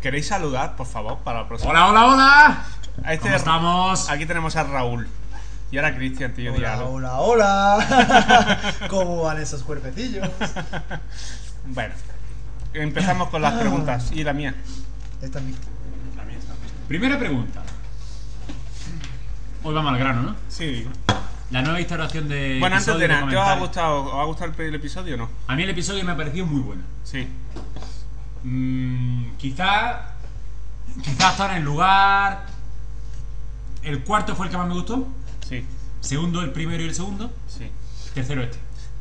¿Queréis saludar, por favor, para la próxima? Hola, hola, hola. A este- ¿Cómo estamos? Aquí tenemos a Raúl. Y ahora a Cristian, tío. di Hola, algo. hola, hola. ¿Cómo van esos cuerpecillos? Bueno, empezamos con las Ah. preguntas. Y la mía. Esta es mi- Primera pregunta. Hoy vamos al grano, ¿no? Sí. La nueva instalación de. Bueno, antes episodio de y nada, ¿te os ha comentarios. gustado, os ha gustado el, el episodio o no? A mí el episodio me ha parecido muy bueno. Sí. Mm, quizá. Quizá estar en el lugar. El cuarto fue el que más me gustó. Sí. Segundo, el primero y el segundo. Sí. Tercero, este.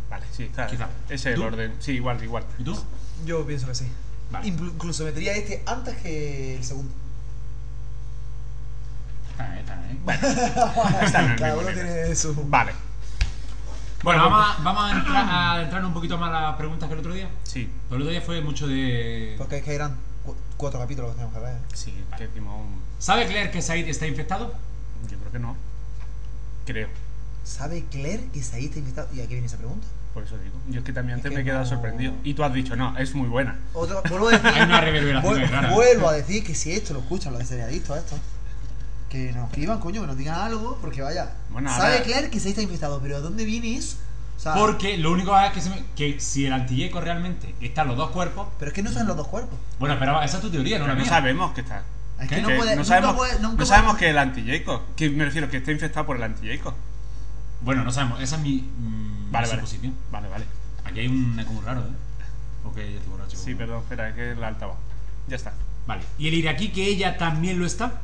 Vale, sí, está. Quizá. Ese es el ¿Tú? orden. Sí, igual, igual. ¿Y tú? Yo pienso que sí. Vale. Inclu- Incluso metería este antes que el segundo. Está bien, está bien. está en el Cada mismo uno nivel. tiene su. Vale. Bueno, Bueno, vamos, a, vamos a entrar, a adentrar un poquito más a las preguntas que el otro día. Sí. Pero el otro día fue mucho de. Porque es que eran cu- cuatro capítulos que tenemos que ver. Sí, que hicimos un- ¿Sabe Claire que Said está infectado? Yo creo que no. Creo. ¿Sabe Claire que Said está invitado? Y aquí viene esa pregunta. Por eso digo. Yo es que también Es antes que me he quedado no- sorprendido. Y tú has dicho, no, es muy buena. Otro, vuelvo a decir. Hay una reverberación vuel- de cara. vuelvo a decir que si esto lo escuchan los deseriadictos, esto. Que nos escriban, coño, que nos digan algo, porque vaya. Bueno, ¿Sabe ahora- Claire que Said está infectado? Pero ¿de dónde viene eso? O sea, Porque lo único es que, se me- que si el antiyéco realmente está en los dos cuerpos. Pero es que no son los dos cuerpos. Bueno, pero esa es tu teoría, no la Pero no mía. sabemos que está. Es ¿Qué? que no Que puede. no nunca sabemos, puede- no nunca sabemos puede- que el anti-Jacob. Que me refiero que está infectado por el anti-Jacob. Bueno, no sabemos. Esa es mi, mm, Vale, vale. suposición. Vale, vale. Aquí hay un eco muy raro, ¿eh? Ok, ya estoy borracho. Sí, perdón, espera, es que el altavoz. Ya está. Vale. ¿Y el iraquí que ella también lo está? Pero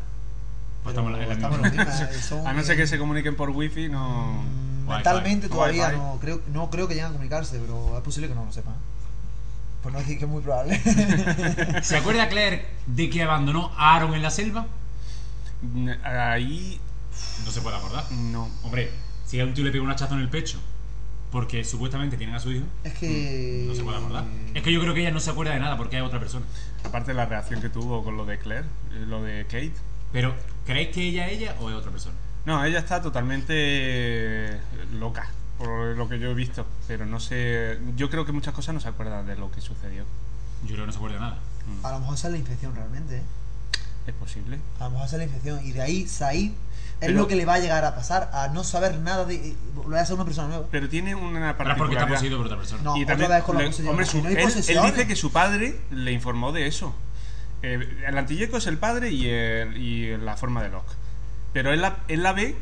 Pues estamos en la- en la estamos misma. en la misma, eh, son- A no ser que se comuniquen por wifi, no. Mm, Wi-Fi. Mentalmente todavía Wi-Fi. no creo, no creo que lleguen a comunicarse, pero es posible que no lo sepan. Por no decir que es muy probable. ¿Se acuerda Claire de que abandonó a Aaron en la selva? Mm, Ahí. No se puede acordar. No. Hombre, si a un tío le pega un hachazo en el pecho porque supuestamente tienen a su hijo, es que. no se puede acordar. Es que yo creo que ella no se acuerda de nada porque hay otra persona. Aparte de la reacción que tuvo con lo de Claire, eh, lo de Kate. Pero, ¿creéis que ella es ella o es otra persona? No, ella está totalmente eh, loca, por lo que yo he visto. Pero no sé. Yo creo que muchas cosas no se acuerdan de lo que sucedió. Yo creo que no se acuerda de nada. Mm, A lo mejor sale la infección realmente, ¿eh? Es posible. A lo mejor sale la infección. Y de ahí, Said es Pero- lo que le va a llegar a pasar, a no saber nada de. eh, Lo va a hacer una persona nueva. Pero tiene una Ahora es porque está particularidad. poseído por otra persona. No, y otra también, vez con la le- posesión. eh. hombre, su- No hay él, él posesiones. dice que su padre le informó de eso. Eh, el antilleco es el padre y, el- y la forma de Locke. Pero él la, él la ve.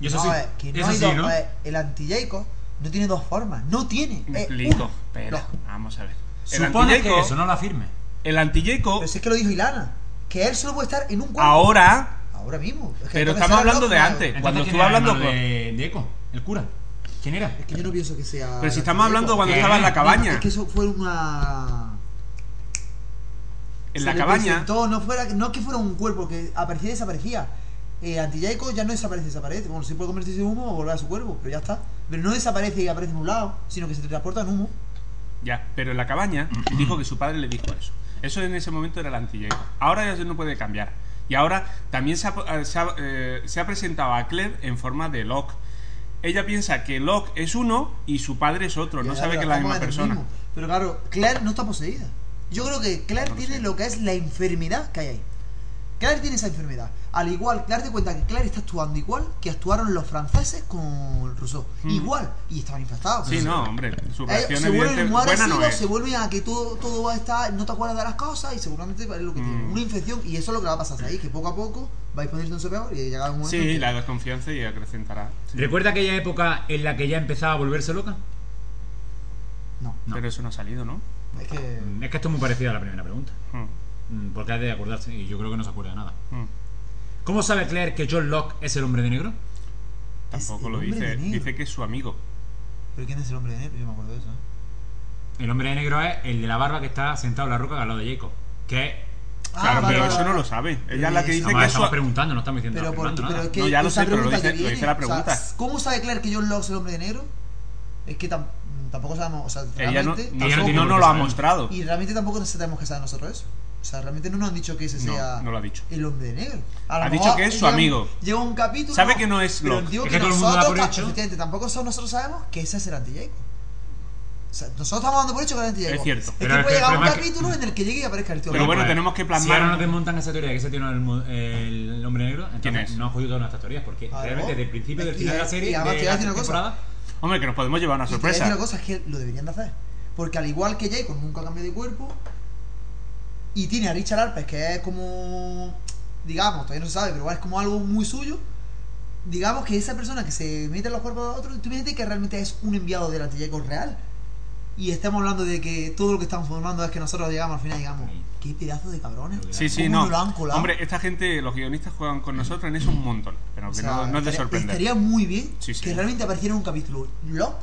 Y eso no, sí, a ver, que no eso hay sí, dos- eh. ¿no? a ver, el anti-Jacob no tiene dos formas. No tiene. Me es explico. una. Pero, Eh, uh, No. vamos a ver. El Supone que antilleco, eso no la firme. el antilleco Pero si es que lo dijo Ilana. Que él solo puede estar en un cuerpo. ahora. Ahora mismo. Es que Pero entonces estamos era hablando de loco, antes. Entonces, Cuando ¿quién estuve era el hablando hermano con- de, de Eco, el cura. ¿Quién era? Es que yo no pienso que sea. Pero si el estamos antihéroe. hablando cuando ¿Qué? estaba en la Eh, Es cabaña. que eso fue una. En se la le cabaña. presentó, no, fuera, no que fuera un cuerpo, que aparecía y desaparecía. Eh, Antillaico ya no desaparece, desaparece. Bueno, sí puede convertirse en humo o volver a su cuerpo, pero ya está. Pero no desaparece y aparece en un lado, sino que se transporta en humo. Ya, pero en la cabaña dijo que su padre le dijo eso. Eso en ese momento era el antilleco. Ahora ya se no puede cambiar. Y ahora también se ha, se ha- eh, se ha presentado a Claire en forma de Locke. Ella piensa que Locke es uno y su padre es otro. No Ya, sabe pero que es la estamos misma en el persona. mismo. Pero claro, Claire no está poseída. Yo creo que Claire No lo tiene sé. lo que es la enfermedad que hay ahí. Claire tiene esa enfermedad. Al igual, darte cuenta que Claire está actuando igual que actuaron los franceses con Rousseau. Mm. Igual. Y estaban infectados. Sí, no, hombre. Su Ellos reacción se vuelven evidente, muy buena agresivos, no es. se vuelven a que todo, todo va a estar, no te acuerdas de las cosas y seguramente es lo que tiene. Mm. Una infección y eso es lo que va a pasar ahí, que poco a poco vais poniéndose peor y llegará un momento. en Sí, que- la desconfianza y acrecentará. ¿Recuerda aquella época en la que ya empezaba a volverse loca? No, No. Pero eso no ha salido, ¿no? es que... Mm, Es que esto es muy parecido a la primera pregunta. Mm. porque ha de acordarse y yo creo que no se acuerda de nada. Mm. ¿Cómo sabe Claire que John Locke es el hombre de negro? Tampoco el lo hombre dice. de negro. Dice que es su amigo. ¿Pero quién es el hombre de negro? Yo me acuerdo de eso. ¿eh? El hombre de negro es el de la barba que está sentado en la roca al lado de Jacob. Que es- claro, Ah, vale, pero vale, eso vale. no lo sabe. Ella Pero es la que es- dice Además, que es su estamos preguntando, no estamos diciendo Pero, por, afirmando pero nada. es que No, ya lo esa sé, pero lo pregunta dice- que lo viene, dice la o sea, pregunta. ¿Cómo sabe Claire que John Locke es el hombre de negro? Es que tam- tampoco sabemos, o sea, Ella no, realmente, no, Ella no no tiene por nos qué lo ha saber. mostrado. y realmente tampoco nos tenemos que saber nosotros eso. O sea, realmente no nos han dicho que ese sea No, no lo ha dicho. el hombre de negro. A lo Ha mejor dicho que es su llega- amigo. Llega un capítulo. Sabe que no es pero Locke. digo Es que, que todo el mundo nosotros, da por ta- hecho. efectivamente, tampoco so- nosotros sabemos que ese es el anti O sea, nosotros estamos dando por hecho que es el anti Es cierto. Es Pero que es puede que el llegar un problema es que- capítulo en el que llegue y aparezca el tío. Pero Locke. bueno, tenemos que pues, Si ahora no plasmar- te montan esa teoría de que ese tiene el, mu- el hombre negro, ¿Quién entonces es? no han jodido todas nuestras teorías. Porque Claro. realmente desde el principio, del Y- final de la y serie, además te de voy a la decir una cosa. temporada, Hombre, que nos podemos llevar una Y te voy a decir sorpresa. una cosa, es que lo deberían de hacer. Porque al igual que Jacob nunca cambia de cuerpo, y tiene a Richard Arpes, que es como, digamos, todavía no se sabe, pero es como algo muy suyo, digamos que esa persona que se mete en los cuerpos de otros, tú fíjate que realmente es un enviado del anti-Jacob real. Y estamos hablando de que todo lo que estamos formando es que nosotros llegamos al final, digamos, qué pedazo de cabrones. Sí, sí, ¿Cómo no. nos lo han colado? Hombre, esta gente, los guionistas juegan con nosotros en eso un montón. Pero O que sea, no, no es de estaría- sorprender. Estaría muy bien Sí, sí. que realmente apareciera un capítulo Locke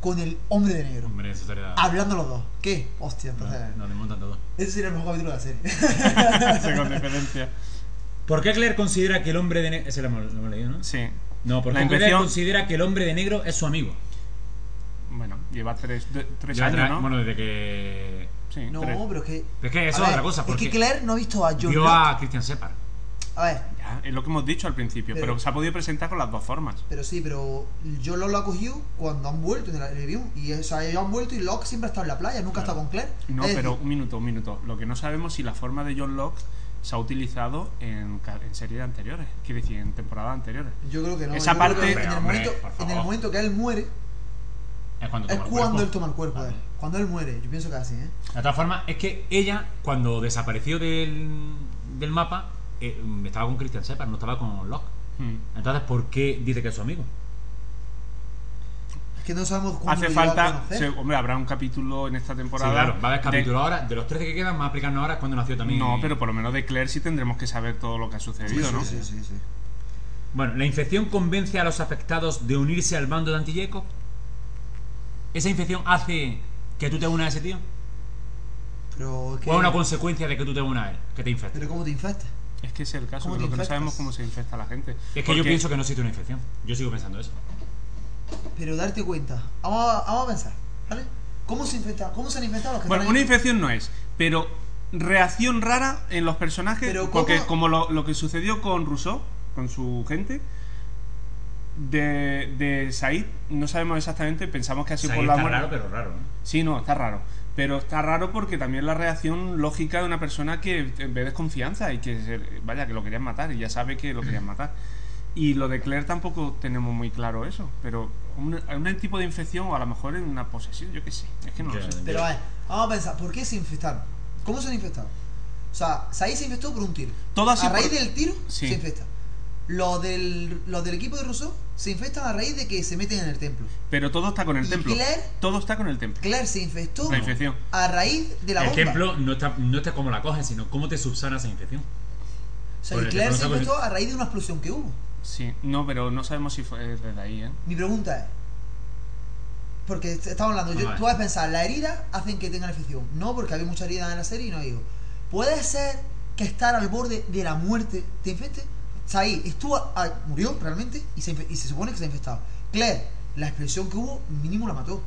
con el hombre de negro. hombre, esa teoría. Hablando los dos. ¿Qué? Hostia, No, entonces. no te montan todo. Ese sería el mejor capítulo de la serie. Sí, con diferencia. ¿Por qué Claire considera que el hombre de negro. Ese lo hemos, lo hemos leído, ¿no? Sí. No, porque La Claire impresión. considera que el hombre de negro es su amigo. Bueno, lleva tres, de- tres Lleva años, tres- ¿no? Bueno, desde que. sí, No, tres. pero es que. Es que eso a es ver, otra cosa. Es Porque que Claire no ha visto a John vio Locke. a Christian Separ. A ver, Ya, es lo que hemos dicho al principio, pero, Pero- se ha podido presentar con las dos formas. pero sí, pero John Locke lo ha cogido cuando han vuelto en el review. Y o sea, ellos han vuelto y Locke siempre ha estado en la playa, nunca ha estado con Claire. No, Es decir, pero un minuto, un minuto. Lo que no sabemos es si la forma de John Locke se ha utilizado en, ca- en series anteriores, quiere decir, en temporadas anteriores. Yo creo que no. esa yo creo que parte- En Pero, el, hombre, momento, por en el favor. momento que él muere, Es cuando es toma el cuando cuerpo. él toma el cuerpo de él. Cuando él muere, yo pienso que así, ¿eh? De todas formas, es que ella, cuando desapareció del, del mapa, eh, estaba con Christian Separ, no estaba con Locke. Hmm. Entonces, ¿por qué dice que es su amigo? Es que no sabemos cuándo Hace lo llegó a falta. conocer. se- hombre, habrá un capítulo en esta Sí, temporada. claro, va a haber de- capítulo ahora. De los 13 que quedan, va a aplicarnos ahora cuando nació también. No, pero por lo menos de Claire sí tendremos que saber todo lo que ha Sí, sucedido, sí, ¿no? sí, sí, sí. Bueno, ¿la infección convence a los afectados de unirse al bando de Antilleco? ¿Esa infección hace que tú te unas a ese tío? Pero es que. ¿O es una consecuencia de que tú te unas a él? Que te infecte. Pero ¿cómo te infectas? Es que ese es el caso, ¿Cómo que te lo que no infectas? sabemos cómo se infecta la gente. Es que Porque yo pienso que no existe una infección. Yo sigo pensando eso. Pero darte cuenta. Vamos a, vamos a pensar, ¿vale? ¿Cómo se, infecta, ¿Cómo se han infectado los que Bueno, están una ahí? infección no es, pero reacción rara en los personajes, Pero ¿cómo? porque como lo, lo que sucedió con Rousseau, con su gente, de, de Said, no sabemos exactamente, pensamos que así O sea, por la está muerte. raro, pero raro. ¿no? Sí, no, está raro. Pero está raro porque también la reacción lógica de una persona que ve desconfianza y que, se- vaya, que lo querían matar y ya sabe que lo querían matar. Y lo de Claire tampoco tenemos muy claro eso, pero un, un tipo de infección o a lo mejor en una posesión, yo qué sé, es que no Ya, lo sé. Pero a ver, vamos a pensar, ¿por qué se infectaron? ¿Cómo se han infectado? O sea, Said se infectó por un tiro. Todo así a raíz por- del tiro Sí. se infecta. Los del, los del equipo de Rousseau se infectan a raíz de que se meten en el templo. Pero todo está con el ¿Y templo. Claire? Todo está con el templo. Claire se infectó La infección. a raíz de la el bomba. templo no está, no está como la coges, sino cómo te subsana esa infección. o sea, por y el Claire templo se no está infectó a raíz de una explosión que hubo. Sí, no, pero no sabemos si fue desde ahí, ¿eh? Mi pregunta es. Porque est- estamos hablando, yo- Vamos a ver. tú vas a pensar, las heridas hacen que tengan infección. No, porque había muchas heridas en la serie y no digo. ¿Puede ser que estar al borde de la muerte te infecte? Saí estuvo, a- a- murió realmente y se, infe- y se supone que se ha infectado. Claire, la expresión que hubo, mínimo la mató.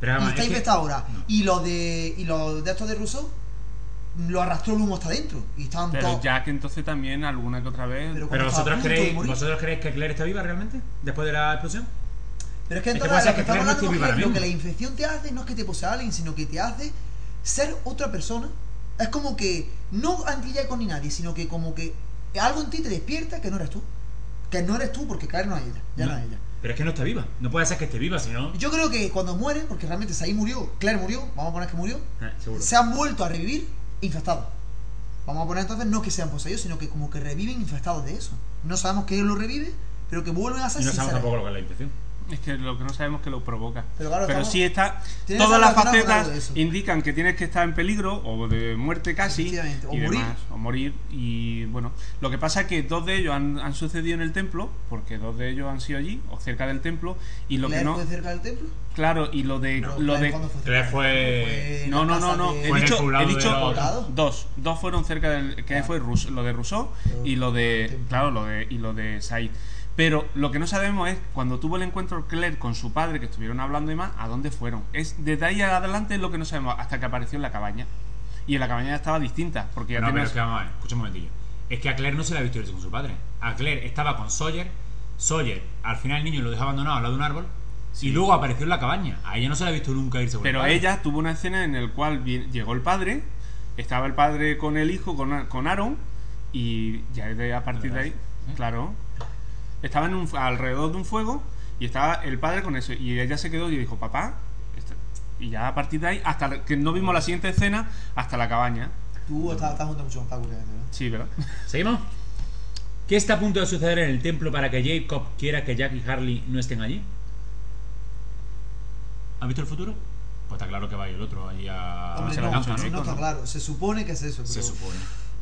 Pero y además, está es que- infectado ahora. No. Y los de, y los de estos de Rousseau, lo arrastró el humo hasta adentro. Y estaban Pero todos. Jack entonces también alguna que otra vez... Pero- Pero Está a vosotros punto de creéis, morir. vosotros creéis que Claire está viva realmente? Después de la explosión? Pero es que Es que entonces puede lo ser que que Claire estamos no hablando esté viva es que ahora lo que la mismo. infección te hace no es que te posea alguien, sino que te hace ser otra persona. Es como que no anti con ni nadie, sino que como que algo en ti te despierta que no eres tú. Que no eres tú porque Claire no es ella, ya no, es ella. Pero es que no está viva. No puede ser que esté viva, sino. Yo creo que cuando muere, porque realmente Saí murió, Claire murió, vamos a poner que murió, Eh, seguro. se han vuelto a revivir infectados. Vamos a poner entonces no que sean poseídos, sino que como que reviven infectados de eso. No sabemos qué lo revive, pero que vuelven a ser Y no sin sabemos ser tampoco lo que es la infección. Es que lo que no sabemos es que lo provoca. Pero claro, estamos- sí está. Tienes Todas algo las relacionado con algo de facetas eso. indican que tienes que estar en peligro o de muerte casi. Efectivamente, o y morir. demás, o morir. Y bueno, lo que pasa es que dos de ellos han, han sucedido en el templo, porque dos de ellos han sido allí o cerca del templo. Y lo que ¿Claire no. fue cerca del templo? Claro, y lo de. No, lo Claire, de ¿cuándo fue Claire cerca? fue- en no, la no, no, casa no. de- He Fue en el dicho, poblado he de dicho los- Colgado. dos. Dos fueron cerca del. que Ah. fue Rus- lo de Rousseau y lo de. Templo. Claro, lo de. y lo de Said. Pero lo que no sabemos es cuando tuvo el encuentro Claire con su padre, que estuvieron hablando y más, a dónde fueron. Es desde ahí adelante es lo que no sabemos, hasta que apareció en la cabaña. Y en la cabaña ya estaba distinta, porque ya No, pero tenía- es que vamos a ver, escucha un momentillo. Es que a Claire no se la ha visto irse con su padre. A Claire estaba con Sawyer. Sawyer, al final el niño lo dejó abandonado al lado de un árbol. Y luego apareció en la cabaña. A ella no se la ha visto nunca irse con el Pero padre. ella tuvo una escena en el cual vi- llegó el padre, estaba el padre con el hijo, con, con Aaron, y ya de- a partir de ahí, claro, estaba en un, alrededor de un fuego y estaba el padre con eso. Y ella se quedó y dijo, papá, esto- y ya a partir de ahí, hasta que no vimos la siguiente escena, hasta la cabaña. Tú estás, estás junto mucho con Paco, últimamente, ¿no? Sí, ¿verdad? ¿Seguimos? ¿Qué está a punto de suceder en el templo para que Jacob quiera que Jack y Harley no estén allí? ¿Has visto el futuro? Pues está claro que va a ir el otro allí a... Hombre, Ah, se no, la lanzan, no ¿no? está claro. Se supone que es eso. Se pero- supone.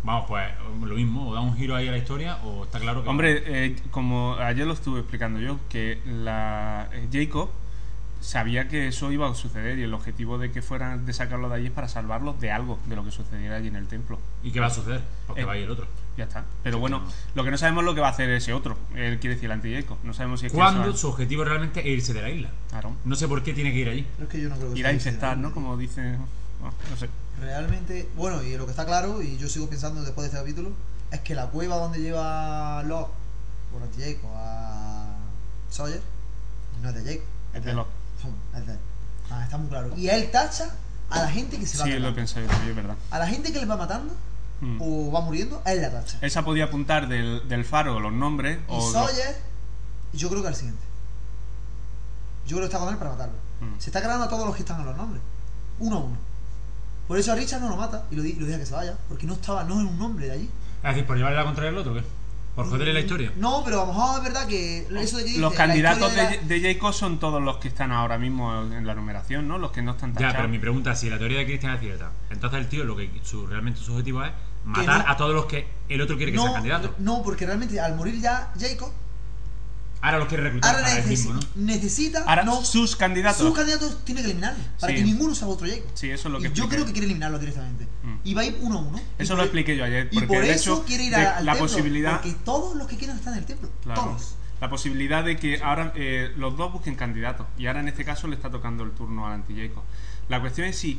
Vamos, pues lo mismo, o da un giro ahí a la historia o está claro que... Hombre, eh, como ayer lo estuve explicando yo, que la eh, Jacob sabía que eso iba a suceder y el objetivo de que fueran de sacarlo de allí es para salvarlos de algo, de lo que sucediera allí en el templo. ¿Y qué va a suceder? Porque Eh. va a ir el otro. Ya está. Pero bueno, lo que no sabemos es lo que va a hacer ese otro. Él quiere decir el anti Jacob. No sabemos si es que Cuando eso- su objetivo realmente es irse de la isla. Claro. No sé por qué tiene que ir allí. Pero es que yo no creo que Ir a sea infectar, ese, ¿no? Como dice. No, no sé. Realmente, bueno, y lo que está claro, y yo sigo pensando después de este capítulo, es que la cueva donde lleva Locke, bueno, Jacob, a Sawyer, no es de Jacob. Es de él. Locke. Pum, Es de él. Ah, está muy claro. Y él tacha a la gente que se va Sí, matando. lo he pensado yo también, es verdad. A la gente que le va matando Mm. o va muriendo, él la tacha. Esa podía apuntar del, del faro los nombres. Y o Sawyer, yo creo que al siguiente. Yo creo que está con él para matarlo. Mm. Se está cargando a todos los que están en los nombres. Uno a uno. Por eso a Richard no lo mata y lo, di- lo deja que se vaya. Porque no estaba, no es un nombre de allí. Es decir, por llevarle la contraria al otro, ¿qué? Mm, Por joderle la historia. No, pero a lo mejor es verdad que eso de que dice, Los la candidatos historia de, la- de Jacob son todos los que están ahora mismo en la numeración, ¿no? Los que no están Ya, tachados. pero mi pregunta es si la teoría de Cristian es cierta. Entonces el tío lo que su, realmente su objetivo es matar no. a todos los que el otro quiere que sean candidatos. no, porque realmente al morir ya Jacob, Ahora los quiere reclutar ahora para el necesi- mismo, ¿no? necesita Ahora, no, sus candidatos. sus candidatos tiene que eliminarlos para Sí. que ninguno sea otro Jacob. Sí, eso es lo que Y yo expliqué. creo que quiere eliminarlos directamente. Mm. Y va a ir uno a uno. Y Eso por- lo expliqué yo ayer. Y Porque por el eso hecho quiere ir de a- al la templo, posibilidad. Porque todos los que quieran están en el templo. Claro. Todos. La posibilidad de que ahora eh, los dos busquen candidatos. Y ahora en este caso le está tocando el turno al anti Jacob. La cuestión es si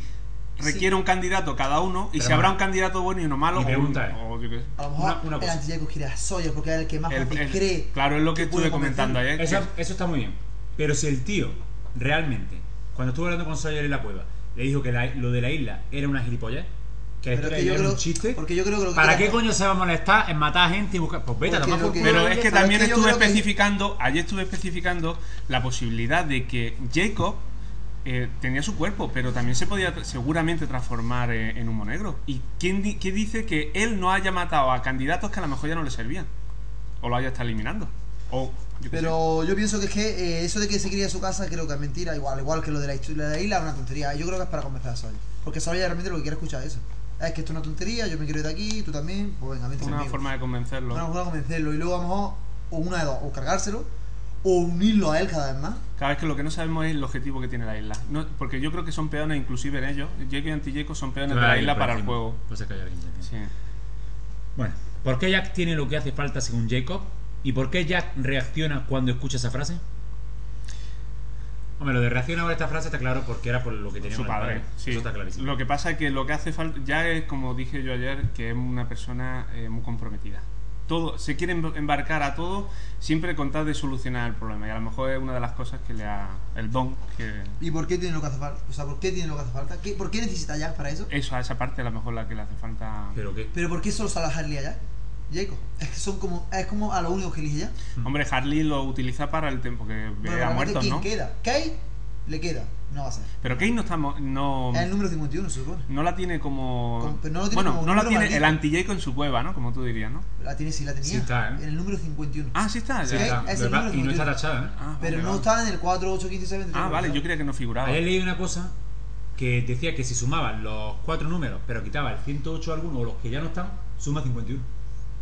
requiere un candidato cada uno y Pero si habrá no. un candidato bueno y uno malo. Mi o un- pregunta es, o yo qué sé. A lo mejor Una- una el cosa. anti-Jacob quiere a Sawyer porque es el que más El- fácil el- cree. claro, es lo que puede estuve comentando convencerlo. ayer. Eso, que- eso está muy bien. Pero si el tío realmente, cuando estuvo hablando con Sawyer en la cueva, le dijo que la- lo de la isla era una gilipollez, que la Pero es historia que yo era creo- un chiste, porque yo creo que lo que ¿para quiere qué hacer- coño se va a molestar en matar a gente y buscar? Pues vete a Porque tomar lo por que- culo. Pero Pero es es que que también yo estuve creo que- especificando, ayer estuve especificando la posibilidad de que Jacob eh, tenía su cuerpo, pero también se podía tra- seguramente transformar eh, en humo negro. ¿Y quién, di- qué dice que él no haya matado a candidatos que a lo mejor ya no le servían? O lo haya estado eliminando. O, yo qué sé. Pero yo pienso que es que eh, eso de que se quería a su casa creo que es mentira, igual, igual que lo de la historia de la isla es una tontería. Yo creo que es para convencer a Sawyer. Porque Sawyer realmente lo que quiere escuchar es eso. Es que esto es una tontería, yo me quiero ir de aquí, tú también, pues venga, vente Una conmigo. forma de convencerlo. Una forma de convencerlo. Y luego a lo mejor, o una de dos, o cargárselo, o unirlo a él cada vez más. Cada vez que lo que no sabemos es el objetivo que tiene la isla. No- porque yo creo que son peones inclusive en ellos. Jacob y Anti-Jacob son peones de la isla para el juego. Pues es que hay alguien por encima. Sí. Bueno, ¿por qué Jack tiene lo que hace falta según Jacob? ¿Y por qué Jack reacciona cuando escucha esa frase? Hombre, lo de reacciona ahora esta frase está claro porque era por lo que tenía su con el padre. sí. Eso está clarísimo. Lo que pasa es que lo que hace falta, ya es como dije yo ayer, que es una persona eh, muy comprometida. Todo, se quiere emb- embarcar a todo siempre con tal de solucionar el problema. Y a lo mejor es una de las cosas que le ha. el don que. ¿Y por qué tiene lo que hace falta? O sea, ¿por qué tiene lo que hace falta? ¿Qué- ¿Por qué necesita Jack para eso? Eso, a esa parte a lo mejor la que le hace falta. ¿Pero qué? ¿Pero por qué solo sale a Harley allá? Jacob. Es que son como, es como a lo único que elige ya. mm. Hombre, Harley lo utiliza para el tiempo que Bueno, vea realmente, muertos, ¿quién ¿no? queda? Kate le queda. No va a ser. Pero Kane no está. mo- No, Es el número 51, se supone. no la tiene como. Con- pero no lo tiene bueno, como no la número tiene maldito. el anti en su cueva, ¿no? Como tú dirías, ¿no? La tiene, sí la tenía. Sí está, ¿eh? En el número 51. Ah, sí está. Sí, ya. está. es Lo que el pasa- número y no está contigo. tachada, ¿eh? Ah, pero vale, no vale. estaba en el 4, 8, 15, 7, 23. Ah, vale, yo creía que no figuraba. Ayer leí una cosa que decía que si sumaban los cuatro números, pero quitaba el 108 a alguno o los que ya no están, suma 51.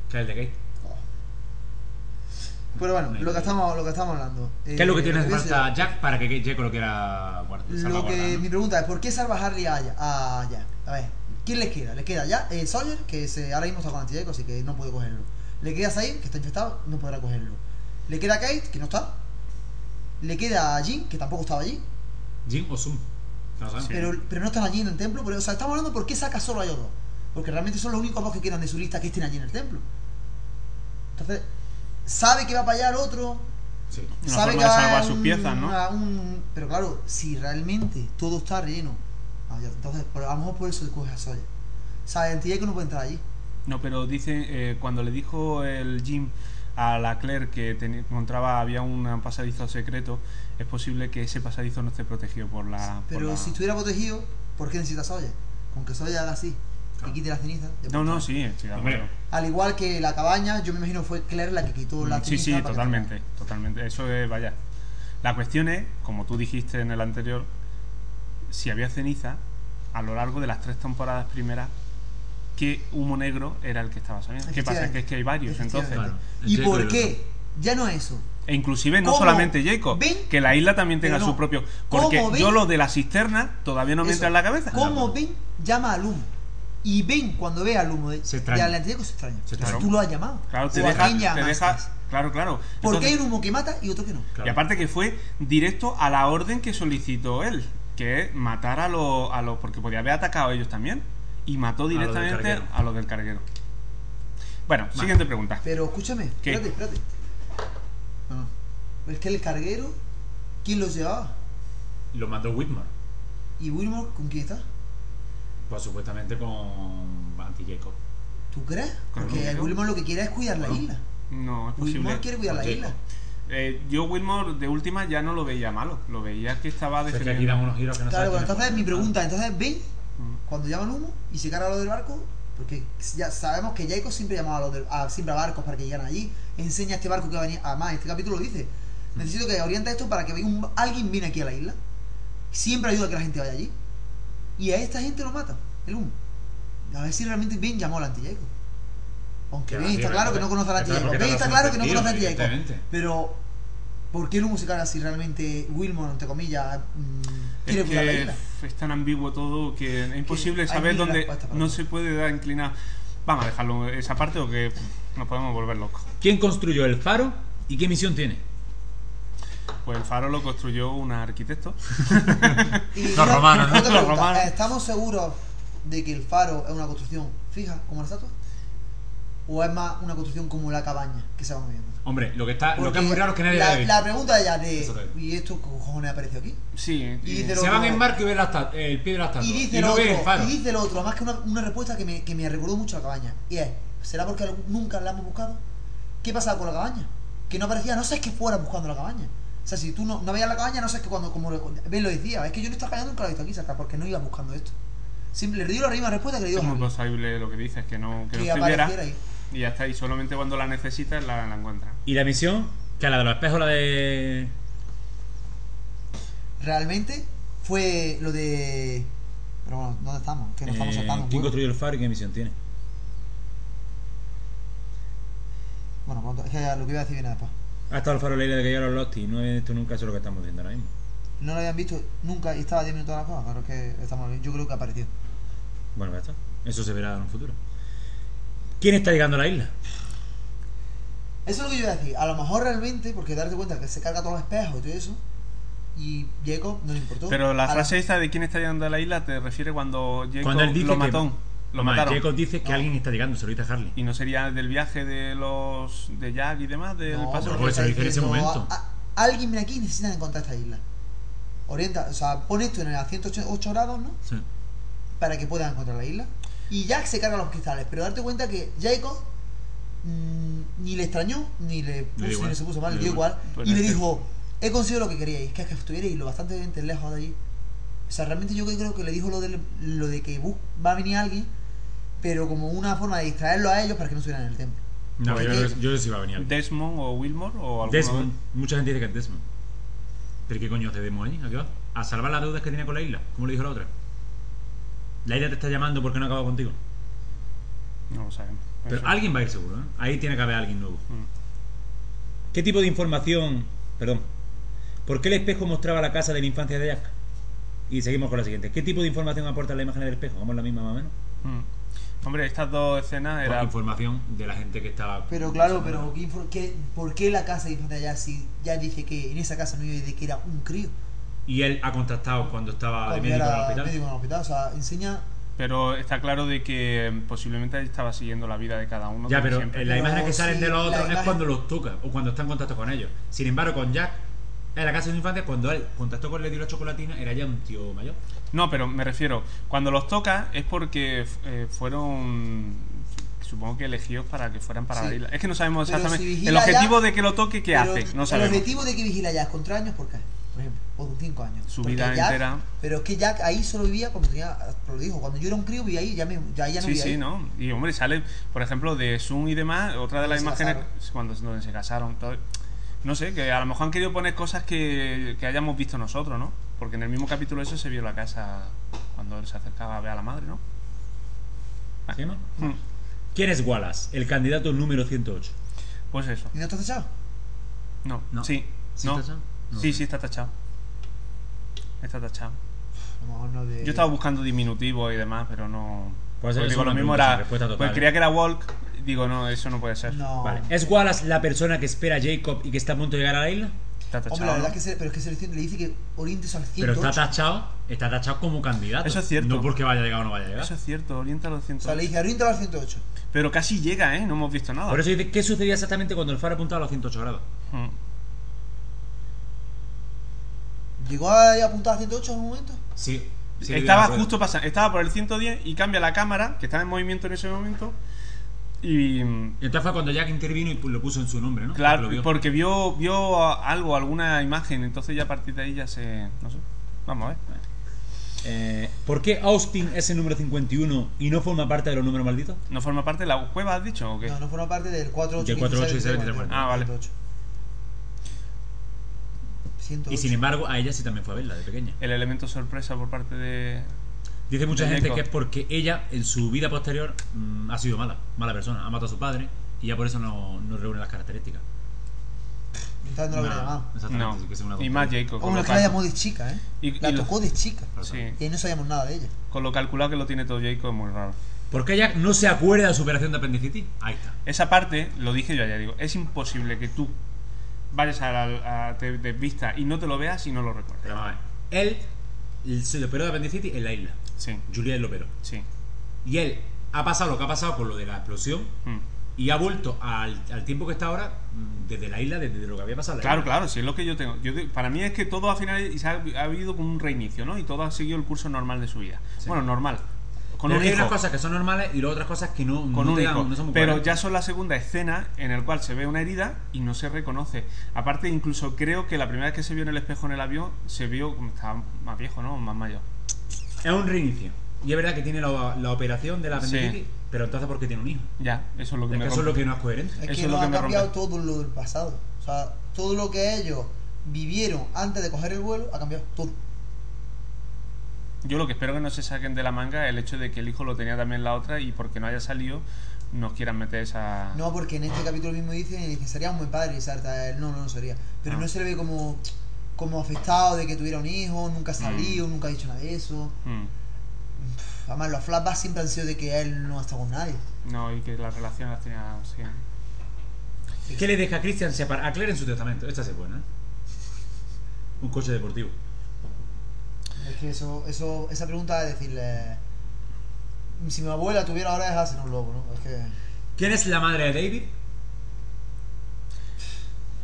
Que es el de Kate. Pero bueno, No hay lo que, idea. estamos, lo que estamos hablando. ¿Qué Eh, es lo que tiene te que voy a falta Jack para que Kate Jack lo quiera guardar? decir- Lo salvaguardar, que, ¿no? mi pregunta es, ¿por qué salva Harry a Aya- a Jack? A ver, ¿quién les queda? Le queda ya eh, Sawyer, que se, ahora mismo está con antideco, así que no puede cogerlo. Le queda Zayn, que está infectado, no podrá cogerlo. Le queda Kate, que no está. Le queda a Jim, que tampoco estaba allí. Jim o Zoom. No lo sabemos. Sí. Pero, pero no están allí en el templo. Pero, o sea, estamos hablando por qué saca solo a ellos dos. Porque realmente son los únicos dos que quedan de su lista que estén allí en el templo. Entonces, sabe que va para allá el otro. Sí. Una forma sabe que de va salvar a sus un- piezas, ¿no? a un- pero claro, si realmente todo está relleno. allá, Entonces, por- a lo mejor por eso escoge a Sawyer. O sea, entidad que no puede entrar allí. No, pero dice, eh, cuando le dijo el Jim a la Claire que teni- encontraba, había un pasadizo secreto, es posible que ese pasadizo no esté protegido por la... por Pero la- si estuviera protegido, ¿por qué necesita a Sawyer? Con que Sawyer haga así y Claro. quite la ceniza. ya No, puede no, estar. sí, estoy de Hombre, acuerdo. Al igual que la cabaña, yo me imagino fue Claire la que quitó la Mm, Sí, ceniza. sí, para que totalmente, totalmente. Eso es, vaya. La cuestión es, como tú dijiste en el anterior, si había ceniza, a lo largo de las tres temporadas primeras, ¿qué humo negro era el que estaba saliendo? ¿Qué pasa? Efectivamente. Que es que hay varios, entonces. Efectivamente. Claro. ¿Y Jacob y por el qué? Ya no eso. E inclusive no ¿Cómo solamente Jacob, ven? que la isla también Pero tenga no. su propio. ¿Cómo Porque ven? yo lo de la cisterna todavía no me Eso. entra en la cabeza. ¿Cómo Ben llama al humo? Y Ben, cuando ve al humo de, Se extraña. de Atlántico, se extraña. Se Entonces, extraña. Tú lo has llamado. Claro, te ¿O a deja, quién te llamaste? deja- Claro, claro. ¿Por qué Entonces, hay un humo que mata y otro que no? Y Claro. aparte que fue directo a la orden que solicitó él, que es matar a los... A los porque podía haber atacado a ellos también. Y mató del directamente carguero. a los del carguero. Bueno, siguiente pregunta. Pero escúchame, ¿Qué? espérate, espérate. No, no. Es que el carguero, ¿quién los llevaba? Lo mandó Whitmore. ¿Y Wilmore con quién está? Pues supuestamente con anti-Jacob. ¿Tú crees? Con Porque Wilmore. Wilmore lo que quiere es cuidar la Bueno. isla. No, es posible. Wilmore quiere cuidar la Con isla. Jacob. Eh, yo Wilmore de última ya no lo veía malo. Lo veía que estaba Es que aquí dan defendiendo... unos giros que no Claro, sabes bueno, quién entonces es. Ah. mi pregunta, entonces Ben Mm. cuando llaman humo y se carga lo del barco, porque ya sabemos que Jacob siempre llamaba a, los del- a- siempre a barcos para que llegaran allí, enseña a este barco que va a venir. Además, este capítulo lo dice: Mm. necesito que oriente esto para que un- alguien viene aquí a la isla. Siempre ayuda a que la gente vaya allí. Y a esta gente lo mata, el humo. A ver si realmente Ben llamó al anti Jacob. Aunque Ben Sí, está sí, claro que claro. no conoce al anti Está Jacob. porque Ben está está claro que no confundido, conoce al anti Jacob. evidentemente. Pero, ¿por qué el humo se carga si realmente Wilmore, entre comillas, mm, Es quiere cuidar la que isla? es tan ambiguo todo que es imposible hay saber mil dónde respuestas para no todo. se puede dar inclinada. Vamos a dejarlo esa parte o que nos podemos volver locos. ¿Quién construyó el faro y qué misión tiene? Pues el faro lo construyó un arquitecto. Y Los una- romanos, ¿no? otra Los pregunta, romanos. ¿Estamos seguros de que el faro es una construcción fija, como la estatua? ¿O es más una construcción como la cabaña que se va moviendo? Hombre, lo que, está, lo que es muy raro es que nadie la, la ve. la pregunta de ella Eso de. lo es. ¿Y esto qué cojones apareció aquí? Sí, Y y- dice Se van otro- en barco y ven la esta- el pie de la estatua. Y dice, y el no otro, ven el faro. y dice el otro, además que una, una respuesta que me, que me recordó mucho a la cabaña. Y es, ¿será porque lo- nunca la hemos buscado? ¿Qué pasaba con la cabaña? Que no parecía, no sabes que fuera buscando la cabaña. O sea, si tú no, no veías la cabaña, no sabes que cuando, como lo- Ben lo decía, es que yo no estaba callando nunca lo he visto aquí, saca, porque no ibas buscando esto. Simple, le dio la misma respuesta que le dio es muy Harry, posible lo que dices, que no, que no que estuviera. apareciera ahí. Y ya está, y solamente cuando la necesitas la, la encuentras. ¿Y la misión? Que la de los espejos, la de. Realmente fue lo de... Pero bueno, ¿dónde estamos? Que nos estamos eh, saltando. un ¿Quién huevo. construyó el faro y qué misión tiene? Bueno, pronto, es que lo que iba a decir viene después. Ha estado el faro de la isla de que llegaron los Lost y no habían visto nunca eso es lo que estamos viendo ahora mismo. No lo habían visto nunca y estaba 10 minutos en la cosa, claro que estamos, yo creo que apareció. Bueno, ya está. Eso se verá en un futuro. ¿Quién está llegando a la isla? Eso es lo que yo iba a decir. A lo mejor realmente, porque darte cuenta que se carga todos los espejos y todo eso, y Jacob no le importó. Pero la A frase esta de quién está llegando a la isla te refiere cuando Jacob Cuando él dice lo que- mató. Lo Más, mataron. Jacob dice que No. alguien está llegando, se lo dice a Harley. Y no sería del viaje de los de Jack y demás, del No, paso. porque Pues se está lo dice en ese diciendo, momento. "A- a- alguien viene aquí y necesita encontrar esta isla. Orienta, o sea, pon esto en el a 108 grados, ¿no? Sí. Para que puedan encontrar la isla. Y Jack se carga los cristales, pero darte cuenta que Jacob mm, ni le extrañó, ni le puso, igual, ni se puso mal, le le dio dio igual. igual. Pues Y le este- dijo, he conseguido lo que queríais, que es que estuvierais lo bastante lejos de allí O sea, realmente yo que creo que le dijo lo de, lo de que bu- va a venir alguien, pero como una forma de distraerlo a ellos para que no subieran en el templo. No, Porque yo, es creo que- que- yo sí va a venir alguien. Desmond o Wilmore o alguno Desmond. Mucha gente dice que es Desmond. ¿Pero qué coño hace Desmond allí? ¿A qué va? A salvar las deudas que tiene con la isla, como le dijo la otra. La isla te está llamando porque no acaba contigo. de- No lo sabemos. Pero Eso. alguien va a ir seguro, ¿eh? Ahí tiene que haber alguien nuevo. Mm. ¿Qué tipo de información... Perdón. ¿Por qué el espejo mostraba la casa de la infancia de Jack? Y seguimos con la siguiente. ¿Qué tipo de información aporta la imagen del espejo? Vamos la misma más o menos. Mm. Hombre, estas dos escenas Era... eran. Información de la gente que estaba... Pero claro, pero ¿qué infor- qué- ¿por qué la casa de Infanta ya si ya dije que en esa casa no iba desde que era un crío? Y él ha contactado cuando estaba Ah, de Cuando médico en el era hospital. médico en el hospital, o sea, enseña... Pero está claro de que eh, posiblemente estaba siguiendo la vida de cada uno. Ya, como pero siempre. en las No, imágenes que sí, salen de los la otros es imagen- cuando los toca o cuando está en contacto con ellos. Sin embargo, con Jack, en la casa de su infancia, cuando él contactó con él, le dio la chocolatina, era ya un tío mayor. No, pero me refiero, cuando los toca es porque eh, fueron, supongo que elegidos para que fueran para Sí. la isla. Es que no sabemos Pero exactamente. si vigila el objetivo ya- de que lo toque, ¿qué pero hace? No El sabemos. objetivo de que vigila Jack contra años, ¿por qué? Por ejemplo, o con 5 años. Su Porque vida Jack- entera. Pero es que Jack ahí solo vivía cuando tenía, lo dijo, cuando yo era un crío vivía ahí, ya, me, ya, ya no Sí, vivía sí, ahí. ¿no? Y hombre, sale, por ejemplo, de Zoom y demás, otra de las Donde se imágenes cuando donde se casaron. todo- no sé, que a lo mejor han querido poner cosas que, que hayamos visto nosotros, ¿no? Porque en el mismo capítulo eso se vio la casa cuando él se acercaba a ver a la madre, ¿no? ¿Sí, no? Mm. ¿Quién es Wallace? El candidato número 108. Pues eso. ¿Y no está tachado? No. No. Sí. ¿Sí no. está tachado? No sí, sé. sí, está tachado. Está tachado. A lo mejor no de... Yo estaba buscando diminutivos y demás, pero no. Puede ser Porque eso digo, lo una mismo pregunta sin era. respuesta total, Pues ¿eh? creía que era Walk. Digo, no, eso no puede ser. No. Vale. ¿Es Wallace la persona que espera a Jacob y que está a punto de llegar a la isla? Está tachado. Hombre, la ¿no? verdad es que se, pero es que se le, le dice que oriente eso al 108. Pero está tachado, está tachado como candidato. Eso es cierto. No porque vaya a llegar o no vaya a llegar. Eso es cierto, orienta a los O 100. sea, le dice oriente al 108. Pero casi llega, ¿eh? No hemos visto nada. Por eso dice, ¿qué sucedía exactamente cuando el faro apuntaba a los 108 grados? Mm. ¿Llegó a apuntar a 108 en un momento? Sí. estaba sí, le dio la justo pasando. Estaba por el 110 y cambia la cámara, que estaba en movimiento en ese momento. Y. mm, rueda. Entonces fue cuando Jack intervino y pu- lo puso en su nombre, ¿no? Claro, Porque lo vio. porque vio, vio algo, alguna imagen, entonces ya a partir de ahí ya se. No sé. Vamos a ver. Eh, ¿Por qué Austin es el número 51 y no forma parte de los números malditos? ¿No forma parte de la cueva, has dicho? ¿O qué? No, no forma parte del 48. Del 48 y 17, 17, Ah, vale. 108. Y sin embargo, a ella sí también fue a verla de pequeña. El elemento sorpresa por parte de. Dice mucha De gente Jacob. que es porque ella, en su vida posterior, mm, ha sido mala, mala persona, ha matado a su padre y ya por eso no, no reúne las características. Entonces no lo habría Nah, llamado. exactamente, No. sí que es una Y tontería. más Jacob. O con lo lo que la cal- llamó de chica, ¿eh? Y- la y lo- tocó de chica. Sí, Y ahí no sabíamos nada de ella. con lo calculado que lo tiene todo Jacob es muy raro. ¿Por qué Jack no se acuerda de su operación de apendicitis? Ahí está. Esa parte, lo dije yo ayer, digo, es imposible que tú vayas a la a- te desvistas y no te lo veas y no lo recuerdes. Pero vamos a ver. Él él se le operó de apendicitis en la isla. Sí, Juliet lo operó. sí. Y él ha pasado lo que ha pasado con lo de la explosión Mm. y ha vuelto al, al tiempo que está ahora mm, desde la isla, desde lo que había pasado. en la Claro, isla. claro, sí es lo que yo tengo. Yo, te- para mí es que todo al final y se ha, ha habido como un reinicio, ¿no? Y todo ha seguido el curso normal de su vida. Sí. Bueno, normal. Con Pero un hay hijo. unas cosas que son normales y luego otras cosas que no, con no un te hijo. dan- no son muy pero buenas. ya son la segunda escena en el cual se ve una herida y no se reconoce. Aparte, incluso creo que la primera vez que se vio en el espejo en el avión, se vio como estaba más viejo, ¿no? Más mayor. Es un reinicio. Y es verdad que tiene la, la operación de la Sí. apendicitis, pero entonces ¿por qué tiene un hijo? Ya, eso es lo que Es me que eso es rompe. lo que no es coherente. Es Eso que es lo no que ha me rompe. cambiado todo lo del pasado. O sea, todo lo que ellos vivieron antes de coger el vuelo ha cambiado todo. Yo lo que espero que no se saquen de la manga el hecho de que el hijo lo tenía también la otra y porque no haya salido, nos quieran meter esa. No, porque en este capítulo mismo dicen que sería un buen padre y Sarta, él no, no, no sería. Pero Ah. no se le ve como, como afectado de que tuviera un hijo, nunca ha salido, nunca ha dicho nada de eso. Mm. Pff, Además, los flashbacks siempre han sido de que él no ha estado con nadie. No, y que las relaciones las tenía. sí. ¿Qué le deja a Christian separar? A Claire en su testamento. Esta sí es buena, ¿eh? Un coche deportivo. Es que eso, eso, esa pregunta es decirle, si mi abuela tuviera ahora dejarse un lobo, ¿no? Es que... ¿Quién es la madre de David?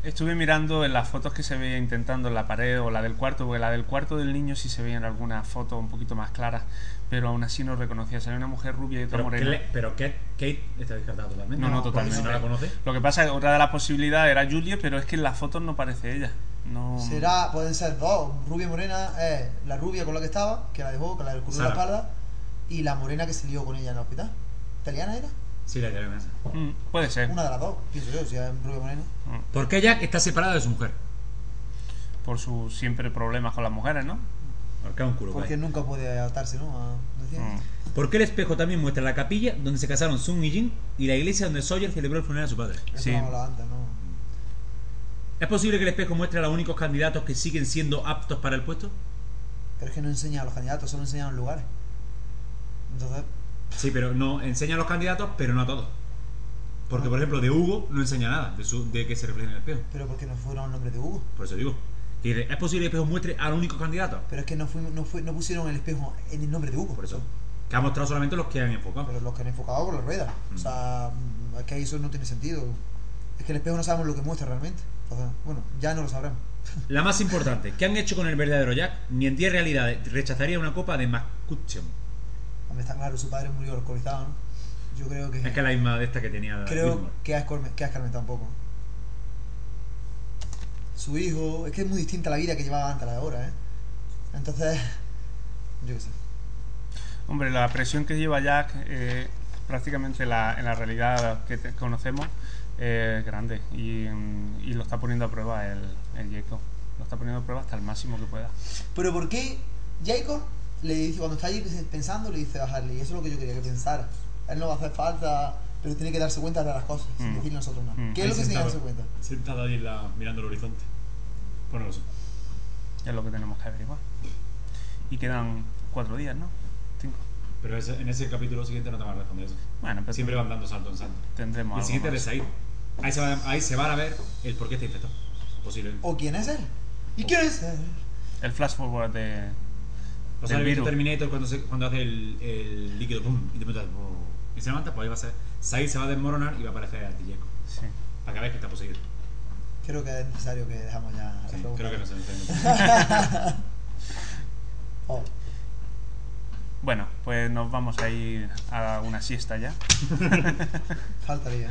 Estuve mirando en las fotos que se veía intentando en la pared o la del cuarto, porque la del cuarto del niño sí se veían algunas fotos un poquito más claras, pero aún así no reconocía. Salía una mujer rubia y otra Pero, morena. Kle- pero Kate, Kate está descartada totalmente. No, no, Porque totalmente. Si no la conoce. Lo que pasa es que otra de las posibilidades era Julie, pero es que en las fotos no parece ella. No. Será, pueden ser dos. Rubia y morena es la rubia con la que estaba, que la dejó, que la del culo de la Sara. espalda, y la morena que se lió con ella en el hospital. ¿Italiana era? Sí, la italiana esa. Mm, puede ser. Mm, Una de las dos, pienso yo, si es rubia o morena. ¿Por qué Jack está separado de su mujer? Por sus siempre problemas con las mujeres, ¿no? Porque es un culo. Porque vaya. nunca puede atarse, ¿no? A- decía. Mm. ¿Por qué el espejo también muestra la capilla donde se casaron Sun y Jin y la iglesia donde Sawyer celebró el funeral de su padre? Eso Sí. lo hemos hablado antes, ¿no? ¿Es posible que el espejo muestre a los únicos candidatos que siguen siendo aptos para el puesto? Pero es que no enseña a los candidatos, solo enseña a los lugares. Entonces, Sí, pero no enseña a los candidatos, pero no a todos. Porque, por ejemplo, de Hugo no enseña nada de, su- de que se refleja en el espejo. pero porque no fueron los nombres de Hugo. Por eso digo. Y dice, ¿Es posible que el espejo muestre a los únicos candidatos? Pero es que no, fui- no, fue- no pusieron el espejo en el nombre de Hugo. Por eso. Que ha mostrado solamente los que han enfocado. Pero los que han enfocado por la rueda. O sea, mm, es que ahí eso no tiene sentido. Es que el espejo no sabemos lo que muestra realmente. O sea, bueno, ya no lo sabremos. La más importante, ¿qué han hecho con el verdadero Jack? Ni en 10 realidades rechazaría una copa de McCutcheon. Hombre, está claro, su padre murió alcoholizado, ¿no? Yo creo que. Es que es la misma de esta que tenía creo Gilmore. que a Escarmen que a Escarmen tampoco. Su hijo. Es que es muy distinta la vida que llevaba antes a la de ahora, ¿eh? Entonces. Yo qué sé. Hombre, la presión que lleva Jack eh, prácticamente la- en la realidad que te- conocemos eh, es grande y, mm, y lo está poniendo a prueba el, el Jacob. Lo está poniendo a prueba hasta el máximo que pueda. Pero ¿por qué Jacob le dice, cuando está allí pensando, le dice a Harley? Eso es lo que yo quería que pensara. A él no va a hacer falta, pero tiene que darse cuenta de las cosas, sin Mm. decir nosotros nada. Mm. ¿Qué Ahí es lo que tiene sentado. que darse cuenta? Sentado ahí en la- mirando el horizonte. Ponelo así. Es lo que tenemos que averiguar. Y quedan cuatro días, ¿no? Cinco. Pero ese- en ese capítulo siguiente no te van a responder eso. Bueno, pero Siempre van dando salto en salto. tendremos el algo siguiente más. es Said. Ahí se, van, ahí se van a ver el por qué está infectado. Posiblemente. ¿O quién es él? ¿Y quién es él? El flash forward de... O sea, del el virus. Terminator cuando, se- cuando hace el, el líquido pum, y, te metes, pum, y se levanta, pues ahí va a ser. Said se va a desmoronar y va a aparecer el Jacob. Sí. Para que veas que está poseído. Creo que es necesario que dejamos ya la Sí, pregunta. creo que no se me está viendo. Oh, Bueno, pues nos vamos a ir a una siesta ya, faltaría.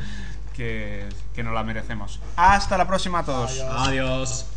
que, que nos la merecemos. Hasta la próxima a todos. ah, Adiós. Adiós.